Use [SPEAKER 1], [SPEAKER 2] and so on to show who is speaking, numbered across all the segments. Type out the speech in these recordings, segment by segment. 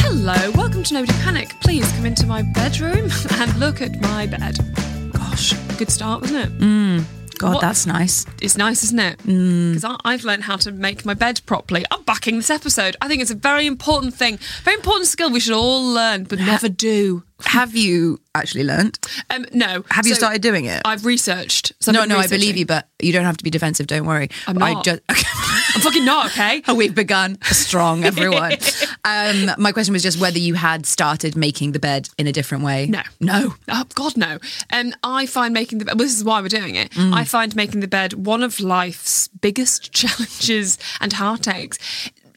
[SPEAKER 1] Hello, welcome to Nobody Panic. Please come into my bedroom and look at my bed. Gosh, good start, wasn't it?
[SPEAKER 2] Mm. God,
[SPEAKER 1] What-
[SPEAKER 2] that's nice.
[SPEAKER 1] It's nice, isn't it?
[SPEAKER 2] Mm.
[SPEAKER 1] Because I've learned how to make my bed properly. I'm backing this episode. I think it's a very important thing, very important skill we should all learn, but never do.
[SPEAKER 2] Have you actually learnt?
[SPEAKER 1] Um, no.
[SPEAKER 2] Have you
[SPEAKER 1] So
[SPEAKER 2] started doing it?
[SPEAKER 1] I've researched. So I've
[SPEAKER 2] no,
[SPEAKER 1] been
[SPEAKER 2] no, I
[SPEAKER 1] researching.
[SPEAKER 2] believe you, but you don't have to be defensive. Don't worry.
[SPEAKER 1] I'm
[SPEAKER 2] But
[SPEAKER 1] not.
[SPEAKER 2] I
[SPEAKER 1] I'm fucking not, okay?
[SPEAKER 2] just, we've begun strong, everyone. um, my question was just whether you had started making the bed in a different way.
[SPEAKER 1] No.
[SPEAKER 2] no.
[SPEAKER 1] Oh God, no! And I find making the bed. Well, this is why we're doing it. I find making the bed one of life's biggest challenges and heartaches.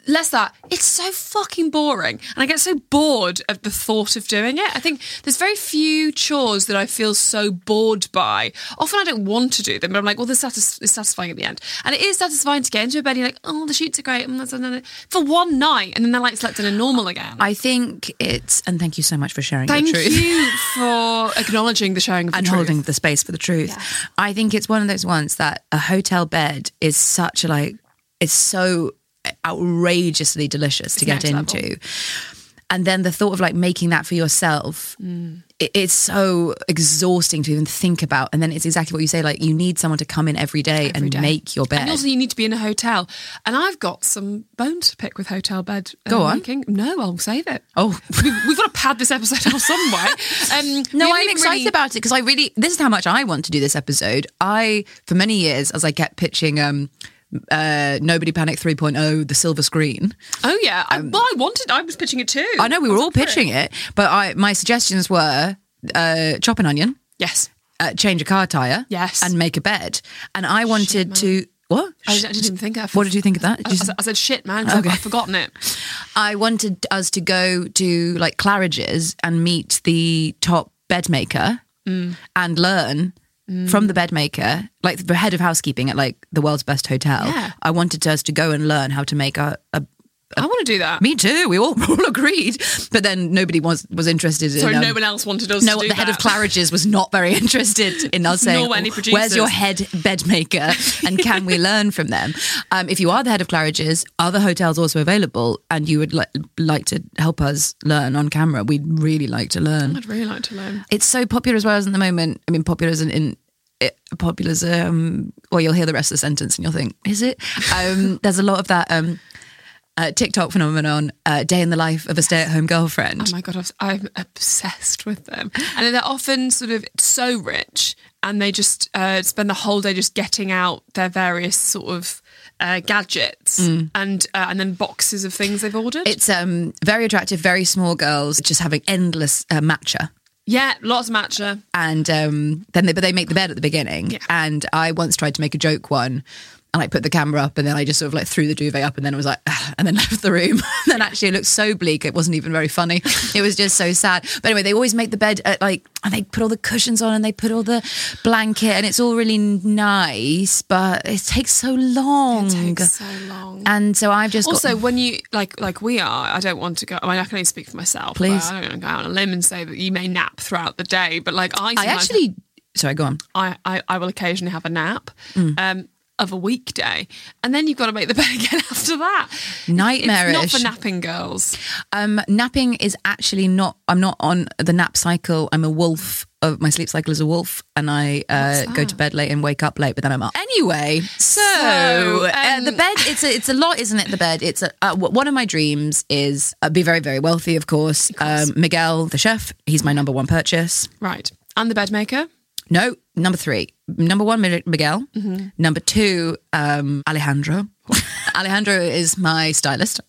[SPEAKER 1] Less that it's so fucking boring, and I get so bored of the thought of doing it. I think there's very few chores that I feel so bored by. Often I don't want to do them, but I'm like, well, this satis- is satisfying at the end, and it is satisfying to get into a bed. And you're like, oh, the sheets are great, mm, that's- that's- that's- for one night, and then they're like slept in a normal again.
[SPEAKER 2] I think it's, and thank you so much for sharing
[SPEAKER 1] Thank
[SPEAKER 2] your truth.
[SPEAKER 1] you for acknowledging the sharing of the
[SPEAKER 2] and
[SPEAKER 1] truth.
[SPEAKER 2] holding the space for the truth. I think it's one of those ones that a hotel bed is such a like it's so outrageously delicious to get
[SPEAKER 1] next level.
[SPEAKER 2] into. And then the thought of like making that for yourself
[SPEAKER 1] Mm.
[SPEAKER 2] i- it's so exhausting to even think about. And then it's exactly what you say like you need someone to come in every day and make your bed.
[SPEAKER 1] And also, you need to be in a hotel. And I've got some bone to pick with hotel bed. uh,
[SPEAKER 2] Go on.
[SPEAKER 1] making. No, I'll save it.
[SPEAKER 2] oh.
[SPEAKER 1] We've, we've got to pad this episode out some way. Um, we
[SPEAKER 2] No,
[SPEAKER 1] haven't
[SPEAKER 2] I'm
[SPEAKER 1] even
[SPEAKER 2] excited
[SPEAKER 1] really-
[SPEAKER 2] about it because I really this is how much I want to do this episode. I for many years as I kept pitching um uh Nobody Panic 3.0 the silver screen.
[SPEAKER 1] Oh yeah. I, well, I wanted. I was pitching it too.
[SPEAKER 2] Um, I know we were all pitching it, but I my suggestions were uh, chop an onion,
[SPEAKER 1] Yes.
[SPEAKER 2] uh, change a car tire,
[SPEAKER 1] Yes.
[SPEAKER 2] and make a bed. And I wanted to what?
[SPEAKER 1] I, I didn't even think of.
[SPEAKER 2] What did you think of that?
[SPEAKER 1] I,
[SPEAKER 2] Did you-
[SPEAKER 1] I said- I said shit, man. 'cause I've- I've forgotten it.
[SPEAKER 2] I wanted us to go to like Claridge's and meet the top bed maker
[SPEAKER 1] Mm.
[SPEAKER 2] and learn from the bed maker, like the head of housekeeping at like the world's best hotel.
[SPEAKER 1] Yeah.
[SPEAKER 2] I wanted us to go and learn how to make a. a
[SPEAKER 1] I want to do that.
[SPEAKER 2] Uh, me too. We all, all agreed, but then nobody was was interested
[SPEAKER 1] So
[SPEAKER 2] in. um,
[SPEAKER 1] no one else wanted us.
[SPEAKER 2] no,
[SPEAKER 1] to do
[SPEAKER 2] the head of
[SPEAKER 1] that.
[SPEAKER 2] Claridge's was not very interested in us saying,
[SPEAKER 1] Nor any producers.
[SPEAKER 2] "Where's your head bed maker?" and can we learn from them? Um, if you are the head of Claridge's, are the hotels also available? And you would li- like to help us learn on camera? We'd really like to learn.
[SPEAKER 1] I'd really like to learn.
[SPEAKER 2] It's so popular as well as at the moment. I mean, popular as in. in it, popular as um well you'll hear the rest of the sentence and you'll think is it um there's a lot of that um uh, tiktok phenomenon uh, day in the life of a stay-at-home girlfriend
[SPEAKER 1] Oh my god, I've, I'm obsessed with them, and they're often sort of so rich, and they just uh, spend the whole day just getting out their various sort of uh, gadgets
[SPEAKER 2] Mm.
[SPEAKER 1] and uh, and then boxes of things they've ordered.
[SPEAKER 2] It's um very attractive, very small girls just having endless uh, matcha.
[SPEAKER 1] yeah, lots of matcha.
[SPEAKER 2] And um, then they, but they make the bed at the beginning.
[SPEAKER 1] Yeah.
[SPEAKER 2] And I once tried to make a joke one, and I put the camera up, and then I just sort of like threw the duvet up, and then I was like, "Ah," and then left the room. and then actually, it looked so bleak; it wasn't even very funny. it was just so sad. But anyway, they always make the bed at like, and they put all the cushions on, and they put all the blanket, and it's all really nice, but it takes so long.
[SPEAKER 1] Takes so long.
[SPEAKER 2] Oh And so I've just got-
[SPEAKER 1] Also, when you like like we are, I don't want to go. I mean, I can only speak for myself. but
[SPEAKER 2] Please.
[SPEAKER 1] I don't want to go out on a limb and say that you may nap throughout the day, but like I,
[SPEAKER 2] I
[SPEAKER 1] sometimes-
[SPEAKER 2] actually. Sorry, go on.
[SPEAKER 1] I, I, I will occasionally have a nap
[SPEAKER 2] Mm.
[SPEAKER 1] um, of a weekday, and then you've got to make the bed again after that. It's not
[SPEAKER 2] Nightmarish.
[SPEAKER 1] for napping girls.
[SPEAKER 2] Um, napping is actually not. I'm not on the nap cycle. I'm a wolf. Of my sleep cycle is a wolf, and I uh, go to bed late and wake up late, but then I'm up anyway. So,
[SPEAKER 1] So,
[SPEAKER 2] uh,
[SPEAKER 1] um,
[SPEAKER 2] the bed. It's a, it's a lot, isn't it? The bed. It's a, uh, w- one of my dreams is uh, be very very wealthy. Of course, Um, Miguel, the chef, he's my number one purchase.
[SPEAKER 1] Right. And the bed maker.
[SPEAKER 2] No, number three. Number one, Mi- Miguel.
[SPEAKER 1] Mm-hmm.
[SPEAKER 2] Number two, um, Alejandro. Alejandro is my stylist.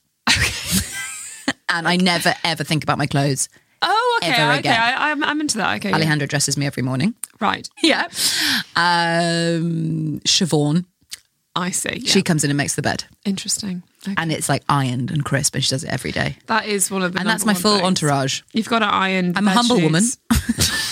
[SPEAKER 2] and I never ever think about my clothes
[SPEAKER 1] Oh, okay,
[SPEAKER 2] ever
[SPEAKER 1] okay,
[SPEAKER 2] again.
[SPEAKER 1] I, I'm, I'm into that. Okay, yeah.
[SPEAKER 2] Alejandro dresses me every morning.
[SPEAKER 1] right, yeah,
[SPEAKER 2] Um, Siobhan,
[SPEAKER 1] I see. Yeah.
[SPEAKER 2] she comes in and makes the bed,
[SPEAKER 1] Interesting. Okay.
[SPEAKER 2] and it's like ironed and crisp, and she does it every day.
[SPEAKER 1] that is one of the.
[SPEAKER 2] And that's my
[SPEAKER 1] number
[SPEAKER 2] full
[SPEAKER 1] one things.
[SPEAKER 2] entourage.
[SPEAKER 1] You've got an iron.
[SPEAKER 2] I'm a humble woman,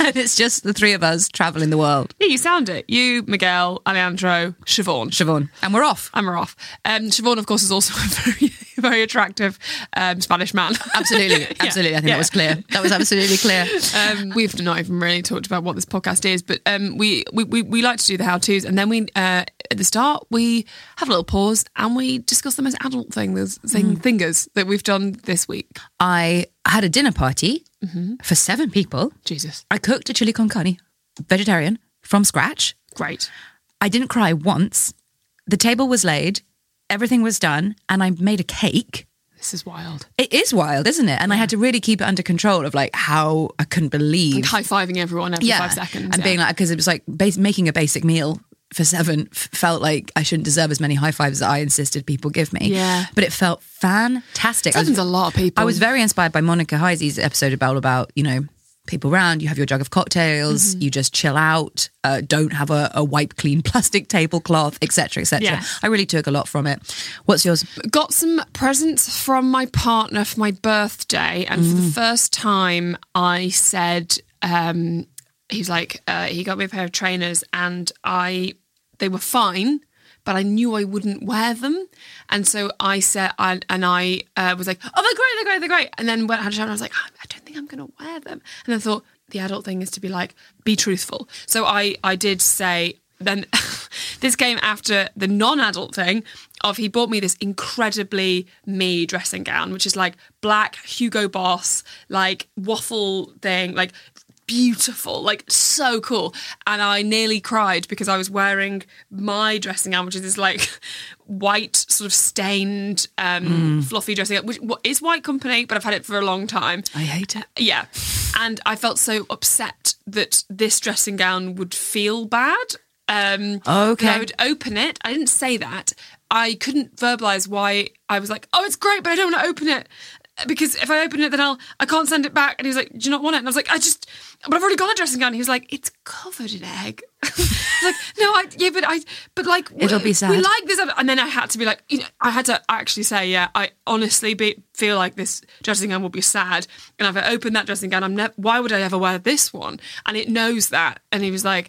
[SPEAKER 2] and it's just the three of us traveling the world.
[SPEAKER 1] Yeah, you sound it. You, Miguel, Alejandro, Siobhan.
[SPEAKER 2] Siobhan, and we're off.
[SPEAKER 1] And we're off. Um, Siobhan, of course, is also a very, very attractive um, Spanish man.
[SPEAKER 2] Absolutely,
[SPEAKER 1] Yeah,
[SPEAKER 2] absolutely. I think
[SPEAKER 1] yeah.
[SPEAKER 2] that was clear. That was absolutely clear.
[SPEAKER 1] Um, we've not even really talked about what this podcast is, but um, we, we, we, we like to do the how to's, and then we uh, at the start we have a little pause and we discuss the most adult thing, those thing, thingers that we've done this week.
[SPEAKER 2] I had a dinner party
[SPEAKER 1] Mm-hmm.
[SPEAKER 2] for seven people.
[SPEAKER 1] Jesus,
[SPEAKER 2] I cooked a chili con carne, vegetarian, from scratch.
[SPEAKER 1] great!
[SPEAKER 2] I didn't cry once. The table was laid, everything was done, and I made a cake.
[SPEAKER 1] This is wild.
[SPEAKER 2] It is wild, isn't it? And I had to really keep it under control of like how I couldn't believe
[SPEAKER 1] High fiving everyone every five seconds
[SPEAKER 2] And
[SPEAKER 1] yeah.
[SPEAKER 2] being like, because it was like bas- making a basic meal for seven f- felt like I shouldn't deserve as many high fives as I insisted people give me.
[SPEAKER 1] Yeah.
[SPEAKER 2] But it felt fantastic. I was-
[SPEAKER 1] Seven's a lot of people.
[SPEAKER 2] I was very inspired by Monica Heisey's episode about, about you know, people round, you have your jug of cocktails,
[SPEAKER 1] Mm-hmm.
[SPEAKER 2] you just chill out, uh, don't have a, a wipe clean plastic tablecloth, etc., etc.
[SPEAKER 1] Yeah.
[SPEAKER 2] I really took a lot from it. What's yours?
[SPEAKER 1] got some presents from my partner for my birthday, and for the first time, I said, um, he was like, uh, he got me a pair of trainers, and I, they were fine. But I knew I wouldn't wear them, and so I said, I, and I uh, was like, "Oh, they're great, they're great, they're great." And then went out and I was like, "Ah, "I don't think I'm going to wear them." And then thought, the adult thing is to be like, be truthful. So I, I did say, then this came after the non-adult thing of he bought me this incredibly me dressing gown which is like black hugo boss like waffle thing like beautiful like so cool and i nearly cried because i was wearing my dressing gown which is this like white sort of stained um fluffy dressing gown which what is white company but i've had it for a long time
[SPEAKER 2] I hate it.
[SPEAKER 1] yeah. And I felt so upset that this dressing gown would feel bad. Um,
[SPEAKER 2] Okay.
[SPEAKER 1] that I would open it. I didn't say that. I couldn't verbalize why I was like, oh, it's great, but I don't want to open it. Because if I open it, then I'll I can't send it back. And he was like, "Do you not want it?" And I was like, "I just, but I've already got a dressing gown." He was like, "It's covered in egg." I was like, no, I yeah, but I, but like, w-
[SPEAKER 2] It'll be
[SPEAKER 1] We
[SPEAKER 2] sad.
[SPEAKER 1] like this, and then I had to be like, you know, I had to actually say, yeah, I honestly be, feel like this dressing gown will be sad, and if I open that dressing gown, I'm never. Why would I ever wear this one? And it knows that, and he was like,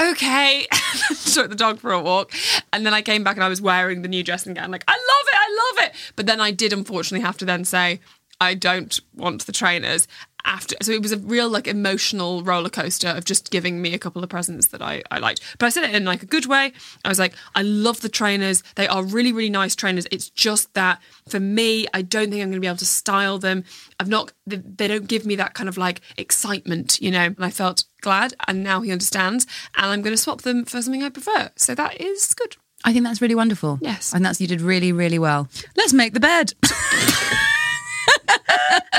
[SPEAKER 1] okay. Took the dog for a walk, and then I came back and I was wearing the new dressing gown. Like, I love it, I love it. But then I did unfortunately have to then say, I don't want the trainers. After, so it was a real like emotional roller coaster of just giving me a couple of presents that I, I liked. But I said it in like a good way. I was like, I love the trainers. They are really, really nice trainers. It's just that for me, I don't think I'm going to be able to style them. I've not, they, they don't give me that kind of like excitement, you know. And I felt glad. And now he understands. And I'm going to swap them for something I prefer. So that is good.
[SPEAKER 2] I think that's really wonderful.
[SPEAKER 1] Yes.
[SPEAKER 2] And that's, you did really, really well. Let's make the bed.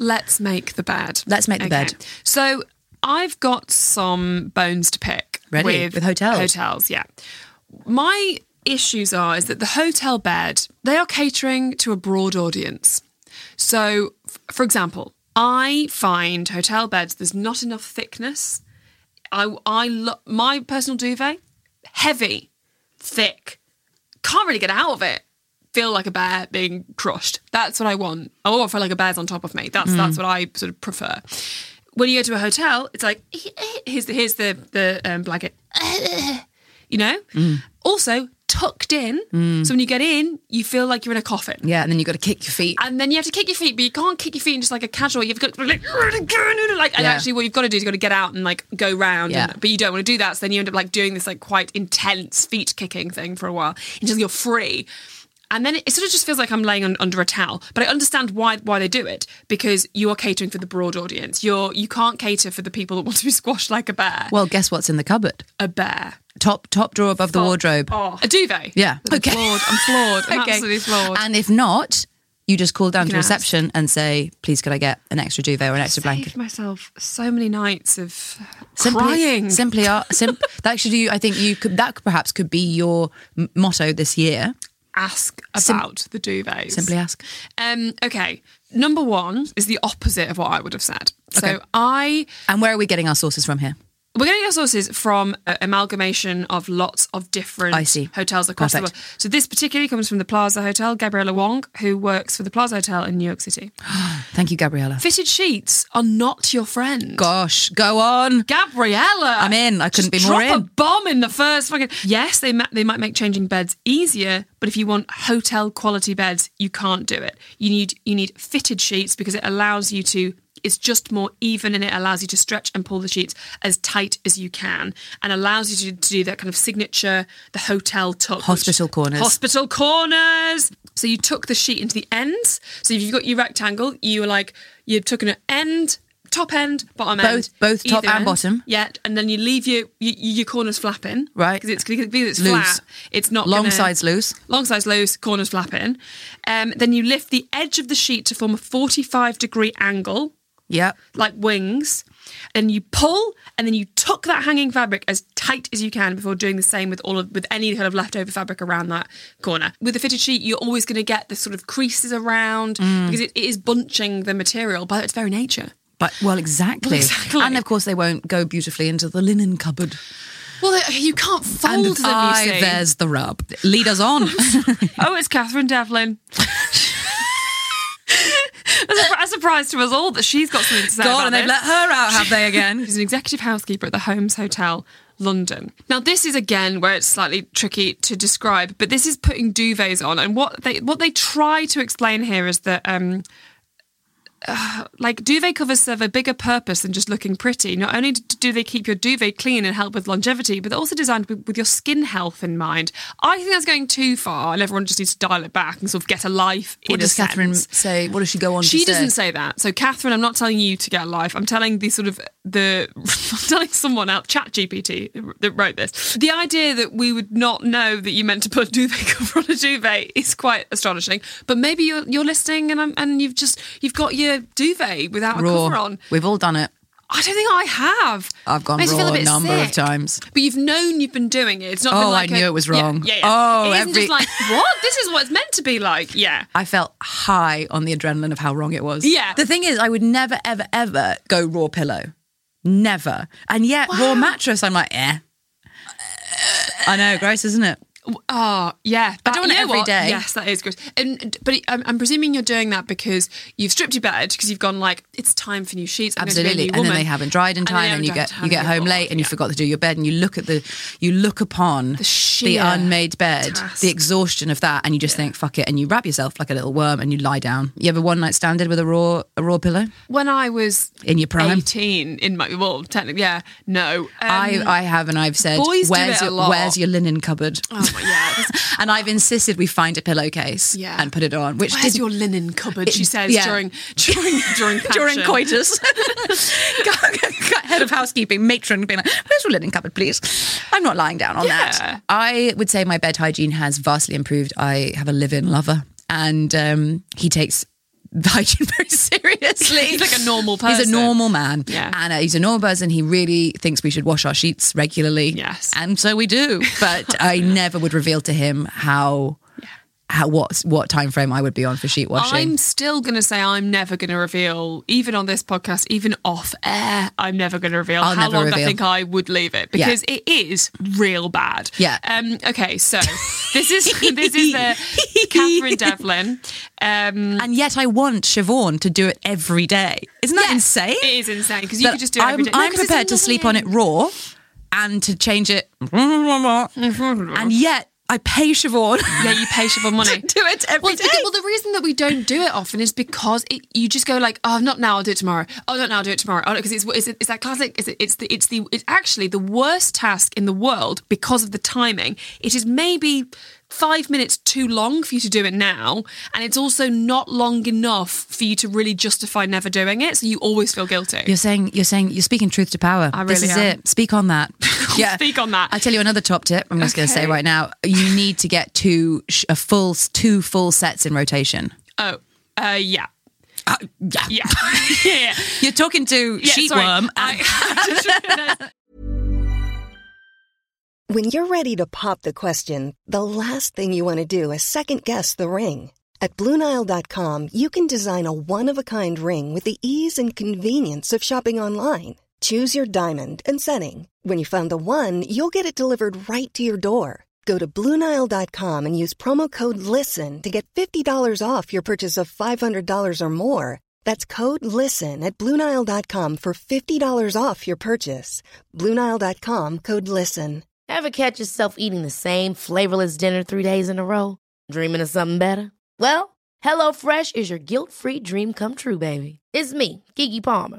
[SPEAKER 1] Let's make the bed.
[SPEAKER 2] Let's make the bed.
[SPEAKER 1] So I've got some bones to pick.
[SPEAKER 2] Ready, with hotels.
[SPEAKER 1] Hotels, yeah. My issues are is that the hotel bed, they are catering to a broad audience. So, f- for example, I find hotel beds, there's not enough thickness. I, I lo- my personal duvet, heavy, thick, can't really get out of it. Feel like a bear being crushed. That's what I want. I want to feel like a bear's on top of me. That's that's what I sort of prefer. When you go to a hotel, it's like "Eh, here's the here's the the um, blanket, you know. Also tucked in, so when you get in, you feel like you're in a coffin
[SPEAKER 2] Yeah, and then you've got to kick your feet.
[SPEAKER 1] and then you have to kick your feet, but you can't kick your feet in just like a casual. You've got to like, like and
[SPEAKER 2] Yeah.
[SPEAKER 1] actually, what you've got to do is you've got to get out and like go round.
[SPEAKER 2] Yeah.
[SPEAKER 1] And, but you don't want to do that, so then you end up like doing this like quite intense feet kicking thing for a while until you're free. And then it, it sort of just feels like I'm laying on, under a towel. But I understand why why they do it because you are catering for the broad audience. You're you can't cater for the people that want to be squashed like a bear.
[SPEAKER 2] Well, guess what's in the cupboard?
[SPEAKER 1] a bear.
[SPEAKER 2] Top top drawer above the wardrobe.
[SPEAKER 1] Oh, a duvet.
[SPEAKER 2] Yeah.
[SPEAKER 1] I'm floored. I'm floored. I'm
[SPEAKER 2] Okay.
[SPEAKER 1] absolutely floored.
[SPEAKER 2] And if not, you just call down to
[SPEAKER 1] can ask.
[SPEAKER 2] reception and say, please could I get an extra duvet or an extra
[SPEAKER 1] saved
[SPEAKER 2] blanket?
[SPEAKER 1] myself so many nights of
[SPEAKER 2] Simply,
[SPEAKER 1] crying.
[SPEAKER 2] simply, are, simp- that should you. I think you could. That perhaps could be your m- motto this year.
[SPEAKER 1] ask
[SPEAKER 2] Sim-
[SPEAKER 1] about the duvets.
[SPEAKER 2] Simply ask.
[SPEAKER 1] Um, okay, Number one is the opposite of what I would have said. So
[SPEAKER 2] Okay.
[SPEAKER 1] I
[SPEAKER 2] And where are we getting our sources from here?
[SPEAKER 1] We're getting our sources from uh, amalgamation of lots of different
[SPEAKER 2] I see.
[SPEAKER 1] hotels across
[SPEAKER 2] Perfect.
[SPEAKER 1] the world. So this particularly comes from the Plaza Hotel, Gabriella Wong, who works for the Plaza Hotel in New York City.
[SPEAKER 2] Thank you, Gabriella.
[SPEAKER 1] Fitted sheets are not your friend.
[SPEAKER 2] Gosh, go on.
[SPEAKER 1] Gabriella,
[SPEAKER 2] I'm in. I couldn't
[SPEAKER 1] just
[SPEAKER 2] be more
[SPEAKER 1] drop a
[SPEAKER 2] in.
[SPEAKER 1] bomb in the first fucking. Yes, they ma- they might make changing beds easier, but if you want hotel quality beds, you can't do it. You need you need fitted sheets because it allows you to. It's just more even and it allows you to stretch and pull the sheets as tight as you can and allows you to, to do that kind of signature, the hotel tuck. which-
[SPEAKER 2] Hospital corners.
[SPEAKER 1] Hospital corners. So you tuck the sheet into the ends. So if you've got your rectangle, you were like, you're tucking an end, top end, bottom
[SPEAKER 2] Both-
[SPEAKER 1] end.
[SPEAKER 2] both top
[SPEAKER 1] either
[SPEAKER 2] and bottom.
[SPEAKER 1] yeah, and then you leave your your, your corners flapping,
[SPEAKER 2] Right.
[SPEAKER 1] Because it's because it's
[SPEAKER 2] Loose.
[SPEAKER 1] flat. It's not
[SPEAKER 2] Long
[SPEAKER 1] gonna-
[SPEAKER 2] sides loose.
[SPEAKER 1] long sides loose, corners flapping. Um, then you lift the edge of the sheet to form a forty-five degree angle,
[SPEAKER 2] Yep.
[SPEAKER 1] like wings. Then you pull, and then you tuck that hanging fabric as tight as you can before doing the same with all of with any kind of leftover fabric around that corner. With a fitted sheet, you're always going to get the sort of creases around
[SPEAKER 2] Mm.
[SPEAKER 1] because it, it is bunching the material by its very nature.
[SPEAKER 2] But well, exactly.
[SPEAKER 1] exactly.
[SPEAKER 2] And of course, they won't go beautifully into the linen cupboard.
[SPEAKER 1] Well, you can't fold
[SPEAKER 2] and
[SPEAKER 1] them.
[SPEAKER 2] aye,
[SPEAKER 1] you see.
[SPEAKER 2] there's the rub. Lead us on.
[SPEAKER 1] Oh, it's Catherine Devlin. That's a, a surprise to us all that she's got something to say.
[SPEAKER 2] God,
[SPEAKER 1] about
[SPEAKER 2] and they've
[SPEAKER 1] this.
[SPEAKER 2] let her out, have they again?
[SPEAKER 1] She's an executive housekeeper at the Holmes Hotel, London. Now, this is again where it's slightly tricky to describe, but this is putting duvets on, and what they what they try to explain here is that. Um, uh, like duvet covers serve a bigger purpose than just looking pretty. Not only d- do they keep your duvet clean and help with longevity, but they're also designed with, with your skin health in mind. I think that's going too far, and everyone just needs to dial it back and sort of get a life.
[SPEAKER 2] What
[SPEAKER 1] in
[SPEAKER 2] does
[SPEAKER 1] a
[SPEAKER 2] Catherine
[SPEAKER 1] sense
[SPEAKER 2] say? What does she go on
[SPEAKER 1] she
[SPEAKER 2] to
[SPEAKER 1] doesn't say that. So Catherine, I'm not telling you to get a life. I'm telling the sort of the I'm telling someone out, Chat GPT that wrote this. The idea that we would not know that you meant to put a duvet cover on a duvet is quite astonishing. But maybe you're you're listening and I'm, and you've just you've got your duvet without a cover
[SPEAKER 2] Raw.
[SPEAKER 1] on.
[SPEAKER 2] We've all done it.
[SPEAKER 1] I don't think I have.
[SPEAKER 2] I've gone
[SPEAKER 1] Makes you
[SPEAKER 2] raw
[SPEAKER 1] feel
[SPEAKER 2] a
[SPEAKER 1] bit
[SPEAKER 2] number of
[SPEAKER 1] sick.
[SPEAKER 2] times.
[SPEAKER 1] But you've known you've been doing it. It's not.
[SPEAKER 2] Oh,
[SPEAKER 1] been like
[SPEAKER 2] I knew
[SPEAKER 1] a-
[SPEAKER 2] it was
[SPEAKER 1] Yeah,
[SPEAKER 2] wrong.
[SPEAKER 1] Yeah, yeah,
[SPEAKER 2] Oh,
[SPEAKER 1] it isn't just
[SPEAKER 2] every-
[SPEAKER 1] like what this is what it's meant to be like. Yeah.
[SPEAKER 2] I felt high on the adrenaline of how wrong it was.
[SPEAKER 1] Yeah.
[SPEAKER 2] The thing is, I would never, ever, ever go raw pillow. Never. And yet, raw mattress, I'm like, eh. I know, gross, isn't it?
[SPEAKER 1] Oh, yeah. But
[SPEAKER 2] don't want
[SPEAKER 1] you
[SPEAKER 2] it
[SPEAKER 1] know
[SPEAKER 2] every
[SPEAKER 1] what?
[SPEAKER 2] day.
[SPEAKER 1] Yes, that is gross. And but it- I'm, I'm presuming you're doing that because you've stripped your bed because you've gone like it's time for new sheets. I'm going to be a
[SPEAKER 2] Absolutely.
[SPEAKER 1] new
[SPEAKER 2] And then
[SPEAKER 1] woman.
[SPEAKER 2] they haven't dried in
[SPEAKER 1] And then
[SPEAKER 2] time
[SPEAKER 1] they
[SPEAKER 2] and you
[SPEAKER 1] haven't
[SPEAKER 2] get
[SPEAKER 1] dried in
[SPEAKER 2] you get
[SPEAKER 1] time,
[SPEAKER 2] home
[SPEAKER 1] you're
[SPEAKER 2] late and you
[SPEAKER 1] bored.
[SPEAKER 2] forgot to do your bed and you look at the you look upon the,
[SPEAKER 1] sheer
[SPEAKER 2] unmade bed,
[SPEAKER 1] task.
[SPEAKER 2] the exhaustion of that and you just think fuck it and you wrap yourself like a little worm and you lie down. You ever one night standed with a raw a raw pillow
[SPEAKER 1] Yeah. When I was
[SPEAKER 2] in your prime?
[SPEAKER 1] 18, in my well, technically, yeah, no. Um,
[SPEAKER 2] I, I have and I've said
[SPEAKER 1] boys do it
[SPEAKER 2] where's
[SPEAKER 1] a
[SPEAKER 2] your
[SPEAKER 1] lot."
[SPEAKER 2] where's your linen cupboard?
[SPEAKER 1] oh, my- yeah. this-
[SPEAKER 2] and I've insisted we find a pillowcase
[SPEAKER 1] Yeah.
[SPEAKER 2] and put it on, which
[SPEAKER 1] Where's
[SPEAKER 2] did
[SPEAKER 1] your linen cupboard? She says
[SPEAKER 2] yeah.
[SPEAKER 1] during during during
[SPEAKER 2] during
[SPEAKER 1] passion.
[SPEAKER 2] coitus. Head of housekeeping, matron being like, Where's your linen cupboard, please? I'm not lying down on
[SPEAKER 1] Yeah.
[SPEAKER 2] that. I would say my bed hygiene has vastly improved. I have a live in lover and um, he takes the hygiene very seriously.
[SPEAKER 1] He's like a normal
[SPEAKER 2] He's
[SPEAKER 1] person.
[SPEAKER 2] a normal man.
[SPEAKER 1] Yeah.
[SPEAKER 2] And uh, he's a normal person. He really thinks we should wash our sheets regularly.
[SPEAKER 1] Yes.
[SPEAKER 2] And so we do. But I never would reveal to him how. How, what what time frame I would be on for sheet washing?
[SPEAKER 1] I'm still going to say I'm never going to reveal, even on this podcast, even off air, I'm never going to reveal
[SPEAKER 2] I'll
[SPEAKER 1] how
[SPEAKER 2] never
[SPEAKER 1] long I
[SPEAKER 2] reveal.
[SPEAKER 1] think I would leave it
[SPEAKER 2] Yeah.
[SPEAKER 1] because it is real bad.
[SPEAKER 2] Yeah.
[SPEAKER 1] Um. Okay. So this is this is the Catherine Devlin. Um.
[SPEAKER 2] and yet I want Siobhan to do it every day. Isn't that
[SPEAKER 1] yeah,
[SPEAKER 2] insane?
[SPEAKER 1] It is insane because you
[SPEAKER 2] That
[SPEAKER 1] could just do it every
[SPEAKER 2] I'm,
[SPEAKER 1] day. No,
[SPEAKER 2] I'm
[SPEAKER 1] 'cause it's
[SPEAKER 2] prepared to sleep on it
[SPEAKER 1] annoying.
[SPEAKER 2] raw and to change it. and yet I pay Siobhan.
[SPEAKER 1] Yeah, you pay Siobhan money.
[SPEAKER 2] to do it every
[SPEAKER 1] well,
[SPEAKER 2] day.
[SPEAKER 1] The, well, the reason that we don't do it often is because it, you just go like, oh, not now, I'll do it tomorrow. Oh, not now, I'll do it tomorrow. Oh, because it's, it's it's that classic. It's it's the it's the it's actually the worst task in the world because of the timing. It is maybe five minutes too long for you to do it now, and it's also not long enough for you to really justify never doing it. So you always feel guilty.
[SPEAKER 2] You're saying you're saying you're speaking truth to power.
[SPEAKER 1] I
[SPEAKER 2] this
[SPEAKER 1] really
[SPEAKER 2] is
[SPEAKER 1] am.
[SPEAKER 2] it. Speak on that.
[SPEAKER 1] Speak on that.
[SPEAKER 2] I tell you another top tip. I'm just going to say
[SPEAKER 1] Okay.
[SPEAKER 2] right now. You need to get two sh- a full two full sets in rotation.
[SPEAKER 1] Oh, uh, yeah,
[SPEAKER 2] Uh, yeah.
[SPEAKER 1] yeah, yeah. yeah.
[SPEAKER 2] You're talking to
[SPEAKER 1] Yeah,
[SPEAKER 2] sheet
[SPEAKER 1] sorry.
[SPEAKER 2] worm.
[SPEAKER 1] I-
[SPEAKER 3] When you're ready to pop the question, the last thing you want to do is second guess the ring. At Bluenile.com, you can design a one of a kind ring with the ease and convenience of shopping online. Choose your diamond and setting. When you find the one, you'll get it delivered right to your door. Go to Bluenile.com and use promo code LISTEN to get $50 off your purchase of $500 or more. That's code LISTEN at Bluenile.com for $50 off your purchase. Bluenile.com code LISTEN.
[SPEAKER 4] Ever catch yourself eating the same flavorless dinner three days in a row? Dreaming of something better? Well, HelloFresh is your guilt free dream come true, baby. It's me, Gigi Palmer.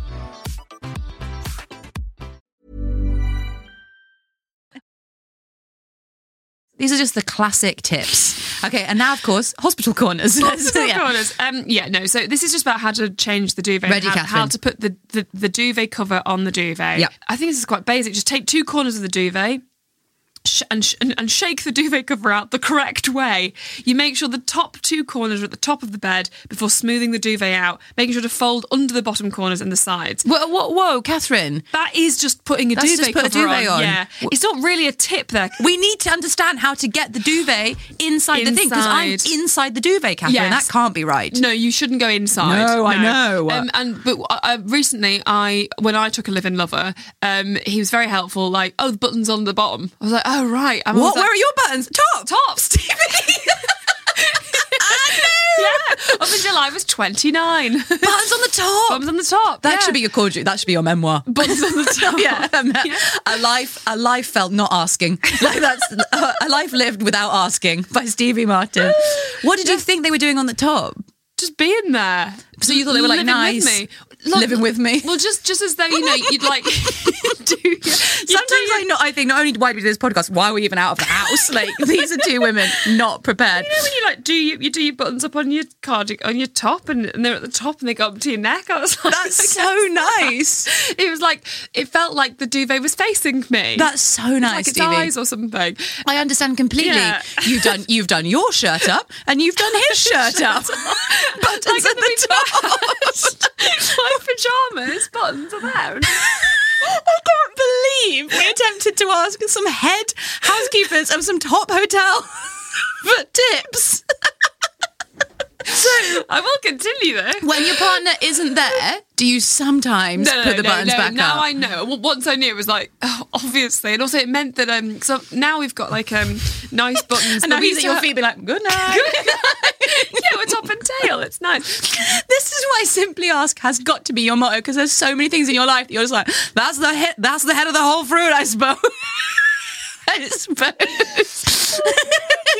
[SPEAKER 2] These are just the classic tips. Okay, and now of course hospital corners.
[SPEAKER 1] Hospital
[SPEAKER 2] Yeah.
[SPEAKER 1] corners. Um, yeah, no. So this is just about how to change the duvet. and
[SPEAKER 2] Ready,
[SPEAKER 1] how,
[SPEAKER 2] Catherine.
[SPEAKER 1] how to put the, the, the duvet cover on the duvet.
[SPEAKER 2] Yep.
[SPEAKER 1] I think this is quite basic. Just take two corners of the duvet. Sh- and, sh- and and shake the duvet cover out the correct way. You make sure the top two corners are at the top of the bed before smoothing the duvet out, making sure to fold under the bottom corners and the sides.
[SPEAKER 2] Whoa, whoa, whoa, Catherine.
[SPEAKER 1] That is just putting a
[SPEAKER 2] That's
[SPEAKER 1] duvet
[SPEAKER 2] just put a
[SPEAKER 1] cover
[SPEAKER 2] duvet on.
[SPEAKER 1] Yeah, it's not really a tip there.
[SPEAKER 2] We need to understand how to get the duvet inside, the thing because I'm
[SPEAKER 1] Inside.
[SPEAKER 2] inside the duvet, Catherine.
[SPEAKER 1] Yes.
[SPEAKER 2] That can't be right.
[SPEAKER 1] No, you shouldn't go inside.
[SPEAKER 2] No, I know.
[SPEAKER 1] Um, and but uh, recently, I when I took a live-in lover, um, he was very helpful. Like, oh, the buttons on the bottom. I was like, oh right. I'm
[SPEAKER 2] What?
[SPEAKER 1] always like,
[SPEAKER 2] Where are your buttons? Top.
[SPEAKER 1] top, Stevie? yeah. Up until I was 29.
[SPEAKER 2] Buttons on the top.
[SPEAKER 1] Bums on the top.
[SPEAKER 2] that
[SPEAKER 1] yeah.
[SPEAKER 2] should be your cordial. That should be your memoir.
[SPEAKER 1] bums on the top.
[SPEAKER 2] yeah.
[SPEAKER 1] Yeah. Um,
[SPEAKER 2] a life, a life felt not asking. Like that's a life lived without asking by Stevie Martin. What did you think they were doing on the top?
[SPEAKER 1] just being there.
[SPEAKER 2] So you thought they were, like,
[SPEAKER 1] Living
[SPEAKER 2] nice,
[SPEAKER 1] with me.
[SPEAKER 2] living with me.
[SPEAKER 1] Well, just just as though you know you'd like. do,
[SPEAKER 2] Sometimes I not. I think not only why do we do this podcast, why are we even out of the house? Like these are two women not prepared.
[SPEAKER 1] You know when you like do you, you do your buttons up on your cardigan on your top and, and they're at the top and they go up to your neck. I was like,
[SPEAKER 2] That's so nice.
[SPEAKER 1] it was like it felt like the duvet was facing me.
[SPEAKER 2] That's so nice,
[SPEAKER 1] like its
[SPEAKER 2] Stevie.
[SPEAKER 1] eyes or something.
[SPEAKER 2] I understand completely.
[SPEAKER 1] Yeah.
[SPEAKER 2] You've done you've done your shirt up and you've done his shirt up. Buttons
[SPEAKER 1] Like
[SPEAKER 2] at
[SPEAKER 1] at
[SPEAKER 2] the
[SPEAKER 1] the
[SPEAKER 2] top.
[SPEAKER 1] My pajamas buttons are there. And
[SPEAKER 2] I can't believe we attempted to ask some head housekeepers of some top hotel for tips. so
[SPEAKER 1] I will continue though.
[SPEAKER 2] when your partner isn't there, do you sometimes
[SPEAKER 1] No, no,
[SPEAKER 2] put the
[SPEAKER 1] no,
[SPEAKER 2] buttons
[SPEAKER 1] no,
[SPEAKER 2] back
[SPEAKER 1] now
[SPEAKER 2] up?
[SPEAKER 1] I know. Well, Once I knew, it was like oh, obviously, and also it meant that um. So now we've got like um nice buttons. that
[SPEAKER 2] and now
[SPEAKER 1] we
[SPEAKER 2] he's
[SPEAKER 1] used
[SPEAKER 2] at
[SPEAKER 1] to
[SPEAKER 2] your
[SPEAKER 1] have-
[SPEAKER 2] feet, be like, good night.
[SPEAKER 1] yeah, we're top and tail. It's nice.
[SPEAKER 2] this is why simply ask has got to be your motto because there's so many things in your life that you're just like that's the he- that's the head of the whole fruit i suppose i suppose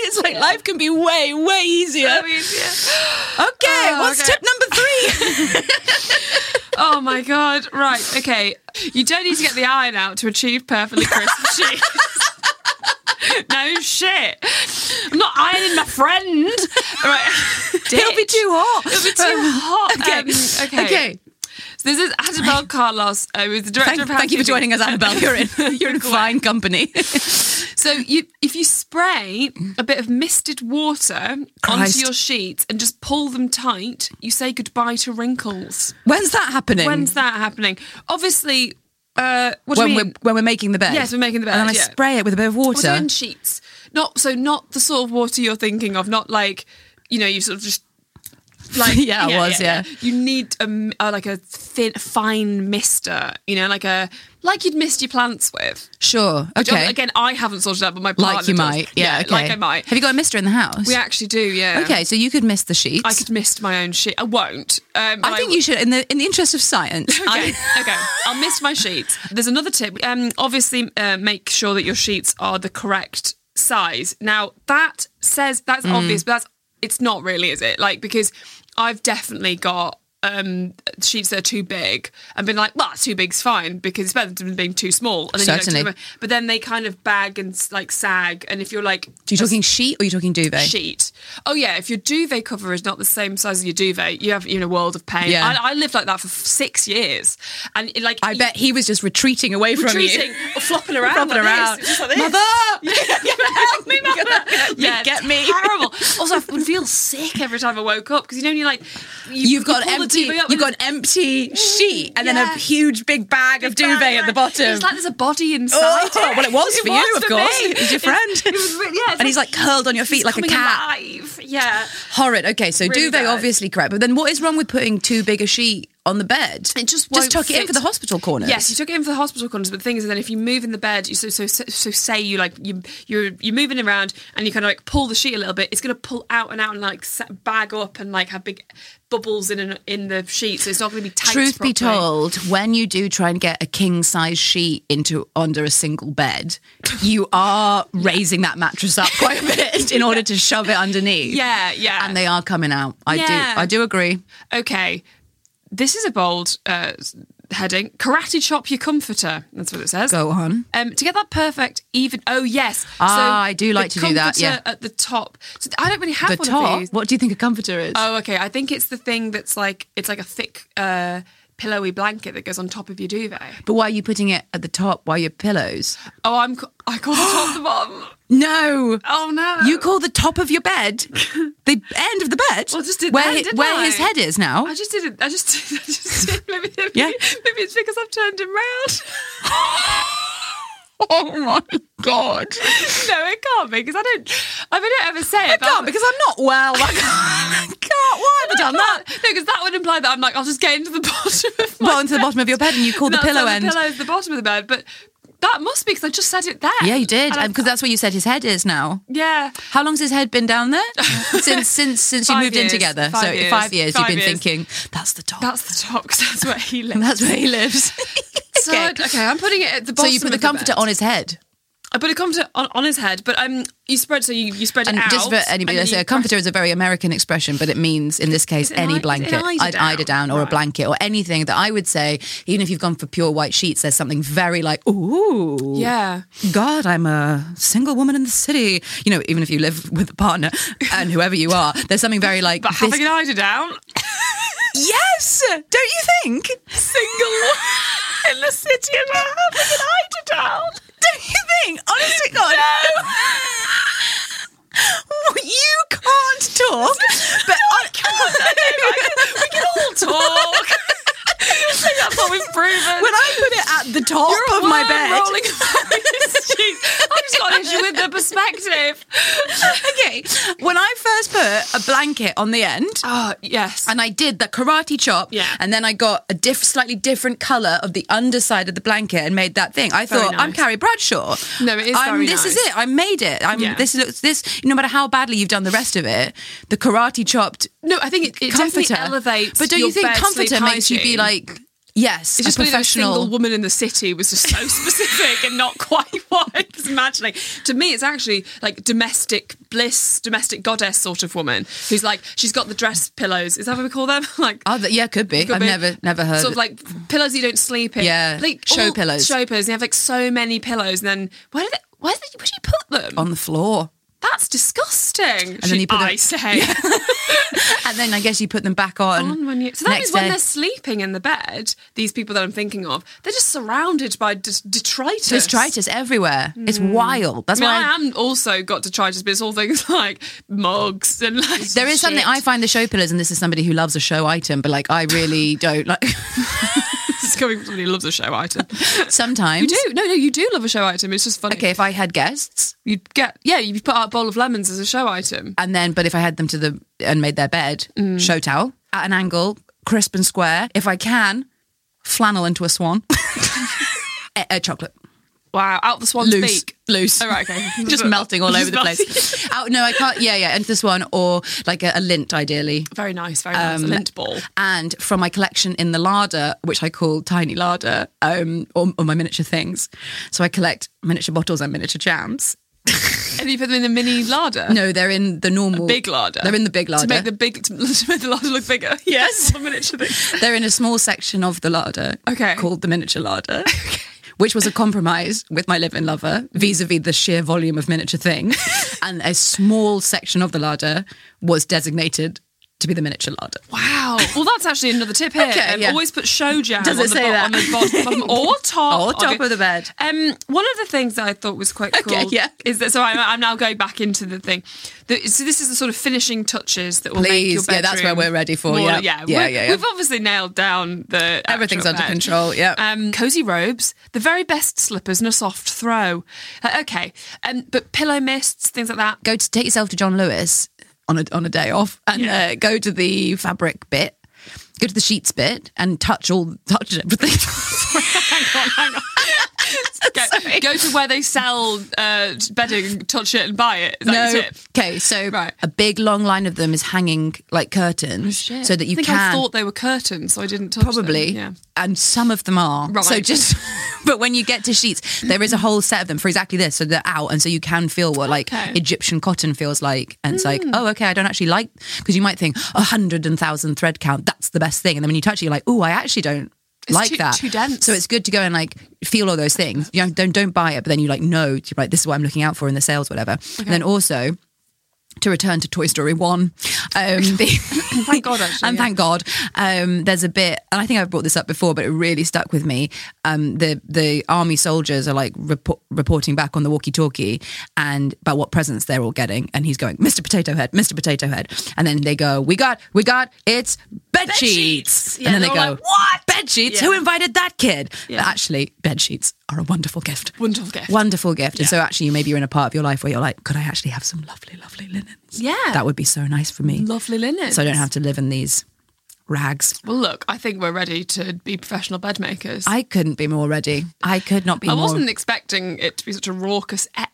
[SPEAKER 2] it's like life can be way way easier
[SPEAKER 1] I mean, yeah.
[SPEAKER 2] Oh, okay
[SPEAKER 1] Oh,
[SPEAKER 2] what's
[SPEAKER 1] okay.
[SPEAKER 2] tip number three
[SPEAKER 1] Oh my god! Right, okay. You don't need to get the iron out to achieve perfectly crisp cheese. no shit. I'm not ironing my friend. Right.
[SPEAKER 2] it'll be too hot
[SPEAKER 1] It'll be too hot.
[SPEAKER 2] okay
[SPEAKER 1] Um, okay.
[SPEAKER 2] okay
[SPEAKER 1] So this is Annabelle Carlos, uh, who's the director
[SPEAKER 2] thank,
[SPEAKER 1] of
[SPEAKER 2] thank you for
[SPEAKER 1] housekeeping.
[SPEAKER 2] joining us annabelle you're in you're in fine company
[SPEAKER 1] So you, if you spray a bit of misted water
[SPEAKER 2] Christ.
[SPEAKER 1] onto your sheets and just pull them tight, you say goodbye to wrinkles.
[SPEAKER 2] when's that happening
[SPEAKER 1] When's that happening? Obviously, uh, what do
[SPEAKER 2] when
[SPEAKER 1] you mean?
[SPEAKER 2] we're, when we're making the bed
[SPEAKER 1] Yes, we're making the bed,
[SPEAKER 2] and then i
[SPEAKER 1] yeah.
[SPEAKER 2] spray it with a bit of water
[SPEAKER 1] Also in sheets. Not so not the sort of water you're thinking of. Not like you know you sort of just like
[SPEAKER 2] Yeah, it was, yeah.
[SPEAKER 1] You need a, m- uh, like a thin fine mister. You know, like a like you'd mist your plants with.
[SPEAKER 2] sure
[SPEAKER 1] Which, um,
[SPEAKER 2] okay
[SPEAKER 1] Again, I haven't sorted out, but my partner
[SPEAKER 2] like you
[SPEAKER 1] does.
[SPEAKER 2] might yeah, okay
[SPEAKER 1] Like I might.
[SPEAKER 2] have you got a mister in the house
[SPEAKER 1] we actually do. Yeah.
[SPEAKER 2] Okay, so you could miss the sheets.
[SPEAKER 1] I could mist my own sheet. I won't. Um, but
[SPEAKER 2] I think you should, in the in the interest of science.
[SPEAKER 1] Okay,
[SPEAKER 2] I-
[SPEAKER 1] okay. I'll miss my sheets. There's another tip. Um, obviously, uh, make sure that your sheets are the correct size. Now that
[SPEAKER 2] Mm.
[SPEAKER 1] says that's obvious, but that's it's not really, is it? Like because I've definitely got um, sheets that are too big and been like, well, too big's fine because it's better than being too small. And then you don't
[SPEAKER 2] Certainly.
[SPEAKER 1] remember- but then they kind of bag and like sag. And if you're like,
[SPEAKER 2] you talking sheet or are you talking duvet?
[SPEAKER 1] sheet. Oh yeah, if your duvet cover is not the same size as your duvet, you have you're in a world of pain.
[SPEAKER 2] Yeah.
[SPEAKER 1] I, I lived like that for f- six years, and it, like
[SPEAKER 2] I bet he was just retreating away from
[SPEAKER 1] retreating,
[SPEAKER 2] you.
[SPEAKER 1] flopping around,
[SPEAKER 2] Flopping
[SPEAKER 1] like
[SPEAKER 2] around.
[SPEAKER 1] this, just like this.
[SPEAKER 2] Mother!
[SPEAKER 1] help me, mother! yeah,
[SPEAKER 2] get
[SPEAKER 1] it's
[SPEAKER 2] me.
[SPEAKER 1] Terrible. Also, I would feel sick every time I woke up because you know when you're like you,
[SPEAKER 2] You've got
[SPEAKER 1] pull the
[SPEAKER 2] empty.
[SPEAKER 1] duvet up
[SPEAKER 2] You've got
[SPEAKER 1] and
[SPEAKER 2] an empty sheet and then a
[SPEAKER 1] yeah.
[SPEAKER 2] huge big bag of
[SPEAKER 1] it's
[SPEAKER 2] duvet
[SPEAKER 1] bag,
[SPEAKER 2] at the
[SPEAKER 1] like-
[SPEAKER 2] bottom.
[SPEAKER 1] It's like there's a body inside.
[SPEAKER 2] Oh, well, it was for you, of course.
[SPEAKER 1] me.
[SPEAKER 2] It was your friend.
[SPEAKER 1] It was, re- yeah, it's
[SPEAKER 2] and he's like curled on your
[SPEAKER 1] he's
[SPEAKER 2] feet like a
[SPEAKER 1] coming
[SPEAKER 2] cat.
[SPEAKER 1] Alive. Yeah.
[SPEAKER 2] Horrid. Okay, so
[SPEAKER 1] Really
[SPEAKER 2] duvet
[SPEAKER 1] bad.
[SPEAKER 2] obviously correct, but then what is wrong with putting too big a sheet on the bed?
[SPEAKER 1] It just
[SPEAKER 2] just
[SPEAKER 1] won't
[SPEAKER 2] tuck it in
[SPEAKER 1] fit.
[SPEAKER 2] for the hospital corners.
[SPEAKER 1] Yes, you took it in for the hospital corners, but the thing is, then if you move in the bed, you, so so so say you like you you're you're moving around and you kind of like pull the sheet a little bit, it's going to pull out and out and like sa- bag up and like have big bubbles in an, in the sheet, so it's not going to be tight.
[SPEAKER 2] Truth be
[SPEAKER 1] properly.
[SPEAKER 2] told, when you do try and get a king size sheet into under a single bed, you are raising that mattress up quite a bit in order to shove it underneath.
[SPEAKER 1] yeah, yeah,
[SPEAKER 2] And they are coming out. I
[SPEAKER 1] Yeah.
[SPEAKER 2] do I do agree.
[SPEAKER 1] okay. This is a bold uh, s- heading: karate chop your comforter. That's what it says.
[SPEAKER 2] Go on.
[SPEAKER 1] Um, to get that perfect, even oh yes,
[SPEAKER 2] Ah, I do like
[SPEAKER 1] the
[SPEAKER 2] to do that,
[SPEAKER 1] comforter
[SPEAKER 2] yeah.
[SPEAKER 1] at the top. So I don't really have
[SPEAKER 2] The
[SPEAKER 1] one of
[SPEAKER 2] top.
[SPEAKER 1] these.
[SPEAKER 2] What do you think a comforter is?
[SPEAKER 1] Oh, okay. I think it's the thing that's like it's like a thick, uh, pillowy blanket that goes on top of your duvet.
[SPEAKER 2] but why are you putting it at the top while your pillows?
[SPEAKER 1] Oh, I'm ca- I call the top the bottom.
[SPEAKER 2] No.
[SPEAKER 1] Oh no,
[SPEAKER 2] You call the top of your bed the end of the bed.
[SPEAKER 1] Well, I just did
[SPEAKER 2] where
[SPEAKER 1] that,
[SPEAKER 2] hi-
[SPEAKER 1] didn't
[SPEAKER 2] where
[SPEAKER 1] I?
[SPEAKER 2] his head is now.
[SPEAKER 1] I just didn't. I just. I just did. Maybe. maybe
[SPEAKER 2] Yeah.
[SPEAKER 1] Maybe it's because I've turned him round.
[SPEAKER 2] oh my god!
[SPEAKER 1] no, it can't be because I don't. I, mean, I don't ever say it. but
[SPEAKER 2] Can't because I'm not well. I can't. can't- Why have I done that?
[SPEAKER 1] No, because that would imply that I'm like I'll just get into the bottom of my
[SPEAKER 2] Well, into the bottom of your bed, and you call the
[SPEAKER 1] No,
[SPEAKER 2] pillow
[SPEAKER 1] the
[SPEAKER 2] end.
[SPEAKER 1] Pillow is the bottom of the bed, but that must be because I just said it there.
[SPEAKER 2] Yeah, you did,
[SPEAKER 1] And I-
[SPEAKER 2] because that's where you said his head is now.
[SPEAKER 1] yeah.
[SPEAKER 2] How long's his head been down there since since since you
[SPEAKER 1] Five
[SPEAKER 2] moved
[SPEAKER 1] years.
[SPEAKER 2] in together?
[SPEAKER 1] Five
[SPEAKER 2] so
[SPEAKER 1] years.
[SPEAKER 2] five years
[SPEAKER 1] Five
[SPEAKER 2] you've been
[SPEAKER 1] years.
[SPEAKER 2] thinking that's the top.
[SPEAKER 1] That's the top 'cause that's where he lives.
[SPEAKER 2] That's where he lives.
[SPEAKER 1] So I- okay. I'm putting it at the
[SPEAKER 2] So
[SPEAKER 1] bottom.
[SPEAKER 2] you put the
[SPEAKER 1] of
[SPEAKER 2] comforter
[SPEAKER 1] bed.
[SPEAKER 2] on his head,
[SPEAKER 1] I put a comforter on, on his head, but um, you spread so you, you spread
[SPEAKER 2] and
[SPEAKER 1] it out.
[SPEAKER 2] just for anybody,
[SPEAKER 1] and
[SPEAKER 2] I
[SPEAKER 1] then
[SPEAKER 2] say
[SPEAKER 1] you
[SPEAKER 2] a comforter is a very American expression, but it means in this case
[SPEAKER 1] it
[SPEAKER 2] any
[SPEAKER 1] an i- is it
[SPEAKER 2] blanket,
[SPEAKER 1] an
[SPEAKER 2] an
[SPEAKER 1] eiderdown?
[SPEAKER 2] eiderdown or a
[SPEAKER 1] Right.
[SPEAKER 2] blanket or anything that I would say. Even if you've gone for pure white sheets, there's something very like ooh,
[SPEAKER 1] Yeah.
[SPEAKER 2] God, I'm a single woman in the city. You know, even if you live with a partner and whoever you are, there's something very like.
[SPEAKER 1] But
[SPEAKER 2] this-
[SPEAKER 1] having an eider down,
[SPEAKER 2] yes, don't you think?
[SPEAKER 1] single in the city and having an eider down.
[SPEAKER 2] Don't you think? Honest to God. you can't talk. But I
[SPEAKER 1] We can all talk. I think that's what we've proven.
[SPEAKER 2] when I put it at the top
[SPEAKER 1] You're a
[SPEAKER 2] of my
[SPEAKER 1] worm
[SPEAKER 2] bed.
[SPEAKER 1] rolling around in the streets. I've just got an issue with the perspective.
[SPEAKER 2] okay. When I first put a blanket on the end.
[SPEAKER 1] Oh, yes.
[SPEAKER 2] And I did the karate chop,
[SPEAKER 1] Yeah.
[SPEAKER 2] and then I got a diff- slightly different color of the underside of the blanket and made that thing. I
[SPEAKER 1] Very
[SPEAKER 2] thought I'm
[SPEAKER 1] nice.
[SPEAKER 2] Carrie Bradshaw.
[SPEAKER 1] No, it is
[SPEAKER 2] I'm,
[SPEAKER 1] very
[SPEAKER 2] this is
[SPEAKER 1] nice.
[SPEAKER 2] it. I made it. I'm,
[SPEAKER 1] Yeah.
[SPEAKER 2] This looks this. No matter how badly you've done the rest of it, the karate chopped
[SPEAKER 1] no, I think it, it definitely
[SPEAKER 2] comforter
[SPEAKER 1] elevates.
[SPEAKER 2] But don't
[SPEAKER 1] your
[SPEAKER 2] you think
[SPEAKER 1] bed
[SPEAKER 2] comforter
[SPEAKER 1] sleep
[SPEAKER 2] makes you be
[SPEAKER 1] hygiene.
[SPEAKER 2] like, yes,
[SPEAKER 1] It's just
[SPEAKER 2] a
[SPEAKER 1] being a single
[SPEAKER 2] professional.
[SPEAKER 1] woman in the city was just so specific and not quite what I was imagining. To me, it's actually like domestic bliss, domestic goddess sort of woman who's like she's got the dress pillows. Is that what we call them? like.
[SPEAKER 2] Oh, yeah, could be.
[SPEAKER 1] could
[SPEAKER 2] I've
[SPEAKER 1] be
[SPEAKER 2] never, never heard.
[SPEAKER 1] Sort
[SPEAKER 2] it.
[SPEAKER 1] of like pillows you don't sleep in.
[SPEAKER 2] Yeah,
[SPEAKER 1] like
[SPEAKER 2] show
[SPEAKER 1] all
[SPEAKER 2] pillows.
[SPEAKER 1] Show pillows. And you have like so many pillows, and then where did they, where did you, where did you put them?
[SPEAKER 2] on the floor,
[SPEAKER 1] That's disgusting. And
[SPEAKER 2] then you put
[SPEAKER 1] I
[SPEAKER 2] them-
[SPEAKER 1] say.
[SPEAKER 2] and then I guess you put them back on.
[SPEAKER 1] on when you- so that
[SPEAKER 2] next
[SPEAKER 1] means when
[SPEAKER 2] day.
[SPEAKER 1] they're sleeping in the bed, these people that I'm thinking of, they're just surrounded by d- detritus.
[SPEAKER 2] There's detritus everywhere. It's wild. That's
[SPEAKER 1] Hmm. I mean,
[SPEAKER 2] why
[SPEAKER 1] I am also got detritus, but it's all things like mugs and like.
[SPEAKER 2] There is something
[SPEAKER 1] shit.
[SPEAKER 2] I find the show pillars, and this is somebody who loves a show item, but like I really don't like.
[SPEAKER 1] This is coming from somebody who loves a show item.
[SPEAKER 2] Sometimes
[SPEAKER 1] you do? No, no, you do love a show item. It's just funny.
[SPEAKER 2] Okay, if I had guests,
[SPEAKER 1] You'd get, yeah, you put out a bowl of lemons as a show item.
[SPEAKER 2] and then but if I had them to the and made their bed,
[SPEAKER 1] Mm.
[SPEAKER 2] show towel at an angle, crisp and square. If I can, flannel into a swan, a, a chocolate.
[SPEAKER 1] Wow, out the swan's
[SPEAKER 2] loose,
[SPEAKER 1] beak.
[SPEAKER 2] loose.
[SPEAKER 1] Oh, right, okay.
[SPEAKER 2] just melting all
[SPEAKER 1] Just
[SPEAKER 2] over the place. oh, no, I can't. Yeah, yeah, into this one or like a, a lint, ideally.
[SPEAKER 1] Very nice, very
[SPEAKER 2] Um,
[SPEAKER 1] nice. A lint ball.
[SPEAKER 2] And from my collection in the larder, which I call tiny larder, um, or, or my miniature things. So I collect miniature bottles and miniature jams.
[SPEAKER 1] and you put them in a mini larder.
[SPEAKER 2] No, they're in the normal
[SPEAKER 1] Big larder.
[SPEAKER 2] They're in the big larder.
[SPEAKER 1] To make the big to, to make the larder look bigger.
[SPEAKER 2] Yes.
[SPEAKER 1] the miniature thing.
[SPEAKER 2] They're in a small section of the larder.
[SPEAKER 1] Okay.
[SPEAKER 2] Called the miniature larder. Which was a compromise with my live-in lover vis-a-vis the sheer volume of miniature thing. and a small section of the larder was designated to be the miniature larder.
[SPEAKER 1] Wow. Well, that's actually another tip here.
[SPEAKER 2] Okay,
[SPEAKER 1] um,
[SPEAKER 2] yeah.
[SPEAKER 1] Always put show jam
[SPEAKER 2] Does
[SPEAKER 1] on,
[SPEAKER 2] it
[SPEAKER 1] the
[SPEAKER 2] say
[SPEAKER 1] bo-
[SPEAKER 2] that?
[SPEAKER 1] on the bottom, bottom or top.
[SPEAKER 2] Or top
[SPEAKER 1] Okay.
[SPEAKER 2] of the bed.
[SPEAKER 1] Um, one of the things that I thought was quite cool
[SPEAKER 2] Okay, yeah.
[SPEAKER 1] is that, so I'm, I'm now going back into the thing. The, so this is the sort of finishing touches that will make your
[SPEAKER 2] Please,
[SPEAKER 1] bedroom.
[SPEAKER 2] yeah, that's where we're ready for,
[SPEAKER 1] more- Yeah,
[SPEAKER 2] yeah. Yeah,
[SPEAKER 1] we're-
[SPEAKER 2] yeah, yeah.
[SPEAKER 1] We've obviously nailed down the
[SPEAKER 2] Everything's
[SPEAKER 1] actual
[SPEAKER 2] under
[SPEAKER 1] bed.
[SPEAKER 2] control, yeah.
[SPEAKER 1] Um, cozy robes, the very best slippers and a soft throw. Uh, okay, um, but pillow mists, things like that.
[SPEAKER 2] Go to take yourself to John Lewis on a on a day off and
[SPEAKER 1] Yeah.
[SPEAKER 2] uh, go to the fabric bit. Go to the sheets bit and touch all touch everything.
[SPEAKER 1] hang on, hang on. Go, go to where they sell uh, bedding, touch it and buy it. Is that your tip?
[SPEAKER 2] Okay, so
[SPEAKER 1] Right. Oh,
[SPEAKER 2] a big long line of them is hanging like curtains, so that you
[SPEAKER 1] I think
[SPEAKER 2] can
[SPEAKER 1] I thought they were curtains, so I didn't touch them.
[SPEAKER 2] probably,
[SPEAKER 1] Yeah.
[SPEAKER 2] and some of them are.
[SPEAKER 1] Right.
[SPEAKER 2] So just, but when you get to sheets, there is a whole set of them for exactly this. So they're out, and so you can feel what like
[SPEAKER 1] Okay. Hmm.
[SPEAKER 2] Egyptian cotton feels like, and it's like, oh, okay, I don't actually like because you might think a hundred and thousand thread count, that's the best thing, and then when you touch it, you're like, oh, I actually don't.
[SPEAKER 1] It's
[SPEAKER 2] like
[SPEAKER 1] too-
[SPEAKER 2] that,
[SPEAKER 1] too dense.
[SPEAKER 2] so it's good to go and like feel all those things. You know, don't don't buy it, but then you like know, you're like this is what I'm looking out for in the sales, whatever. And then also, to return to Toy Story One. Um, the-
[SPEAKER 1] Thank God, actually,
[SPEAKER 2] and
[SPEAKER 1] yeah.
[SPEAKER 2] thank God. Um, there's a bit, and I think I've brought this up before, but it really stuck with me. Um, the the army soldiers are like report, reporting back on the walkie-talkie and about what presents they're all getting, and he's going, "Mr. Potato Head, Mr. Potato Head," and then they go, "We got, we got, it's bed,
[SPEAKER 1] Bed sheets.
[SPEAKER 2] sheets,"
[SPEAKER 1] Yeah,
[SPEAKER 2] and then they
[SPEAKER 1] they're all like,
[SPEAKER 2] go,
[SPEAKER 1] "What?"
[SPEAKER 2] bed sheets?
[SPEAKER 1] Yeah.
[SPEAKER 2] Who invited that kid?"
[SPEAKER 1] Yeah.
[SPEAKER 2] But actually, bed sheets are a wonderful gift.
[SPEAKER 1] Wonderful gift.
[SPEAKER 2] Wonderful gift. And so actually maybe you're in a part of your life where you're like, could I actually have some lovely, lovely linens?
[SPEAKER 1] Yeah.
[SPEAKER 2] That would be so nice for me.
[SPEAKER 1] Lovely linen.
[SPEAKER 2] So I don't have to live in these rags.
[SPEAKER 1] Well, look, I think we're ready to be professional bedmakers. I,
[SPEAKER 2] I couldn't be more ready. I could not be more.
[SPEAKER 1] wasn't expecting it to be such a raucous ep.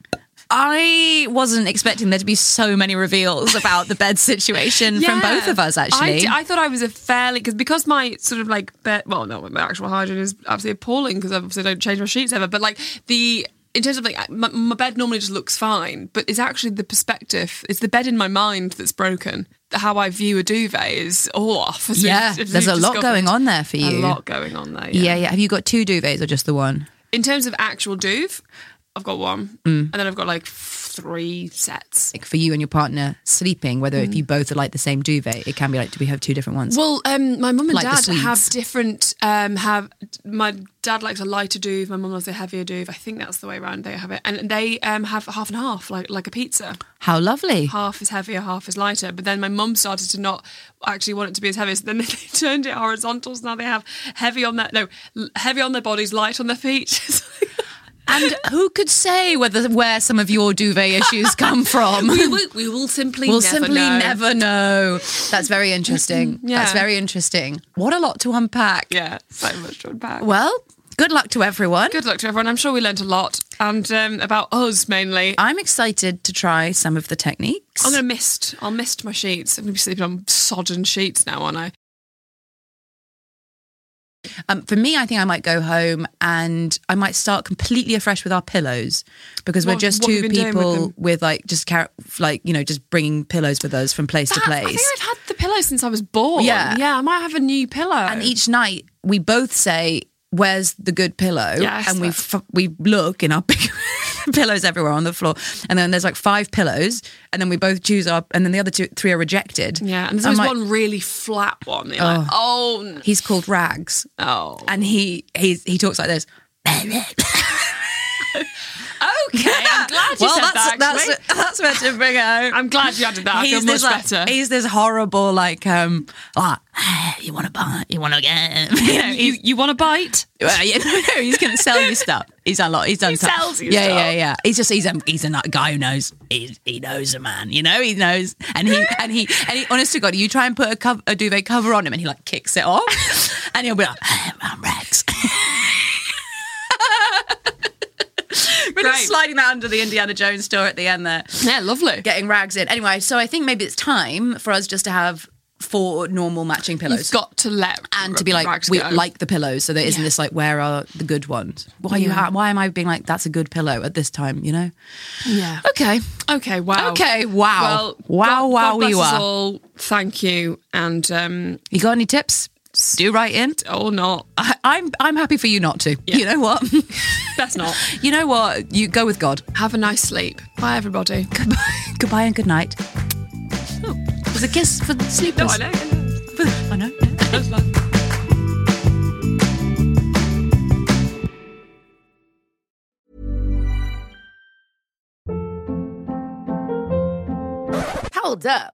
[SPEAKER 2] I wasn't expecting there to be so many reveals about the bed situation
[SPEAKER 1] Yeah.
[SPEAKER 2] from both of us,
[SPEAKER 1] I,
[SPEAKER 2] actually.
[SPEAKER 1] d- I thought I was a fairly because because my sort of like bed, well, no, my actual hygiene is absolutely appalling because I obviously don't change my sheets ever. But like the in terms of like my, my bed normally just looks fine, but it's actually the perspective. It's the bed in my mind that's broken. How I view a duvet is all off. as
[SPEAKER 2] yeah,
[SPEAKER 1] we've- as
[SPEAKER 2] there's a
[SPEAKER 1] we've
[SPEAKER 2] lot
[SPEAKER 1] discovered.
[SPEAKER 2] going on there for
[SPEAKER 1] A
[SPEAKER 2] you.
[SPEAKER 1] lot going on there.
[SPEAKER 2] Yeah, yeah. Have you got two duvets or just the one?
[SPEAKER 1] In terms of actual duve, I've got one,
[SPEAKER 2] Mm.
[SPEAKER 1] and then I've got like three sets.
[SPEAKER 2] Like for you and your partner sleeping, whether
[SPEAKER 1] Mm.
[SPEAKER 2] if you both are like the same duvet, it can be like, do we have two different ones?
[SPEAKER 1] Well, um, my mum and
[SPEAKER 2] Like the
[SPEAKER 1] dad have
[SPEAKER 2] Swedes.
[SPEAKER 1] different. Um, have my dad likes a lighter duve, my mum loves a heavier duve. I think that's the way around they have it, and they um, have half and half, like like a pizza.
[SPEAKER 2] How lovely.
[SPEAKER 1] Half is heavier, half is lighter. But then my mum started to not actually want it to be as heavy. So then they turned it horizontal. So now they have heavy on their no l- heavy on their bodies, light on their feet. It's like-
[SPEAKER 2] And who could say whether where some of your duvet issues come from?
[SPEAKER 1] we, will, we will simply
[SPEAKER 2] We'll
[SPEAKER 1] never
[SPEAKER 2] simply
[SPEAKER 1] know.
[SPEAKER 2] never know. That's very interesting.
[SPEAKER 1] Yeah.
[SPEAKER 2] That's very interesting. What a lot to unpack.
[SPEAKER 1] yeah so much to unpack.
[SPEAKER 2] Well, good luck to everyone.
[SPEAKER 1] Good luck to everyone. I'm sure we learnt a lot and um, about us mainly.
[SPEAKER 2] I'm excited to try some of the techniques.
[SPEAKER 1] I'm gonna mist. I'll mist my sheets. I'm gonna be sleeping on sodden sheets now, aren't I?
[SPEAKER 2] Um, for me, I think I might go home and I might start completely afresh with our pillows because we're
[SPEAKER 1] What-
[SPEAKER 2] just
[SPEAKER 1] what have
[SPEAKER 2] two
[SPEAKER 1] you been doing with
[SPEAKER 2] people
[SPEAKER 1] them?
[SPEAKER 2] with, like just car- like you know just bringing pillows with us from place to
[SPEAKER 1] That- Ah, I think
[SPEAKER 2] place.
[SPEAKER 1] I've had the pillow since I was born.
[SPEAKER 2] Yeah.
[SPEAKER 1] yeah. I might have a new pillow.
[SPEAKER 2] and e- each night we both say where's the good pillow
[SPEAKER 1] Yes,
[SPEAKER 2] and we
[SPEAKER 1] that's-
[SPEAKER 2] f- we look in our big pillows everywhere on the floor and then there's like five pillows and then we both choose our and then the other two three are rejected
[SPEAKER 1] yeah, and there's
[SPEAKER 2] I'm
[SPEAKER 1] always
[SPEAKER 2] like,
[SPEAKER 1] one really flat one. You're like, oh, n-
[SPEAKER 2] he's called rags
[SPEAKER 1] oh,
[SPEAKER 2] and he he's, he talks like this
[SPEAKER 1] okay. I'm glad you
[SPEAKER 2] well
[SPEAKER 1] said
[SPEAKER 2] that's
[SPEAKER 1] that. Actually.
[SPEAKER 2] that's that's meant to bring it out
[SPEAKER 1] I'm glad you added that. I feel much
[SPEAKER 2] this like,
[SPEAKER 1] better.
[SPEAKER 2] he's this horrible like um like, "Ah, you want to buy you want to get you know
[SPEAKER 1] you
[SPEAKER 2] he's,
[SPEAKER 1] you want a bite?
[SPEAKER 2] Well, yeah, no, he's going to sell you stuff. He's done a lot. He's done.
[SPEAKER 1] He
[SPEAKER 2] stuff.
[SPEAKER 1] sells you
[SPEAKER 2] Yeah,
[SPEAKER 1] stuff.
[SPEAKER 2] yeah, yeah. He's just he's a he's a nut guy who knows he he knows a man. You know, he knows, and he and he and he. Honest to God, you try and put a, cov a duvet cover on him, and he like kicks it off, and he'll be like, "I'm Rex." We're
[SPEAKER 1] Great.
[SPEAKER 2] just sliding that under the Indiana Jones store at the end there
[SPEAKER 1] Yeah, lovely.
[SPEAKER 2] getting rags in. Anyway, so I think maybe it's time for us just to have for normal matching pillows.
[SPEAKER 1] You've got to let
[SPEAKER 2] and to be like,
[SPEAKER 1] rags
[SPEAKER 2] we
[SPEAKER 1] go.
[SPEAKER 2] like the pillows, so there isn't this like, where are the good ones? Why are you? Ha- why am I being like, that's a good pillow at this time? You know?
[SPEAKER 1] yeah.
[SPEAKER 2] Okay.
[SPEAKER 1] Okay, wow.
[SPEAKER 2] Okay, wow.
[SPEAKER 1] Well,
[SPEAKER 2] Wow,
[SPEAKER 1] God,
[SPEAKER 2] wow,
[SPEAKER 1] God bless
[SPEAKER 2] we
[SPEAKER 1] us
[SPEAKER 2] were.
[SPEAKER 1] all. Thank you. And um
[SPEAKER 2] You got any tips? Do write in.
[SPEAKER 1] or not.
[SPEAKER 2] I, I'm I'm happy for you not to. You know what?
[SPEAKER 1] Best not.
[SPEAKER 2] you know what? You go with God.
[SPEAKER 1] Have a nice sleep. Bye everybody.
[SPEAKER 2] Goodbye, goodbye, and good night. It was a kiss for the
[SPEAKER 1] Oh. No,
[SPEAKER 2] sleepers.
[SPEAKER 1] I know.
[SPEAKER 2] I know. yeah.
[SPEAKER 4] Hold up.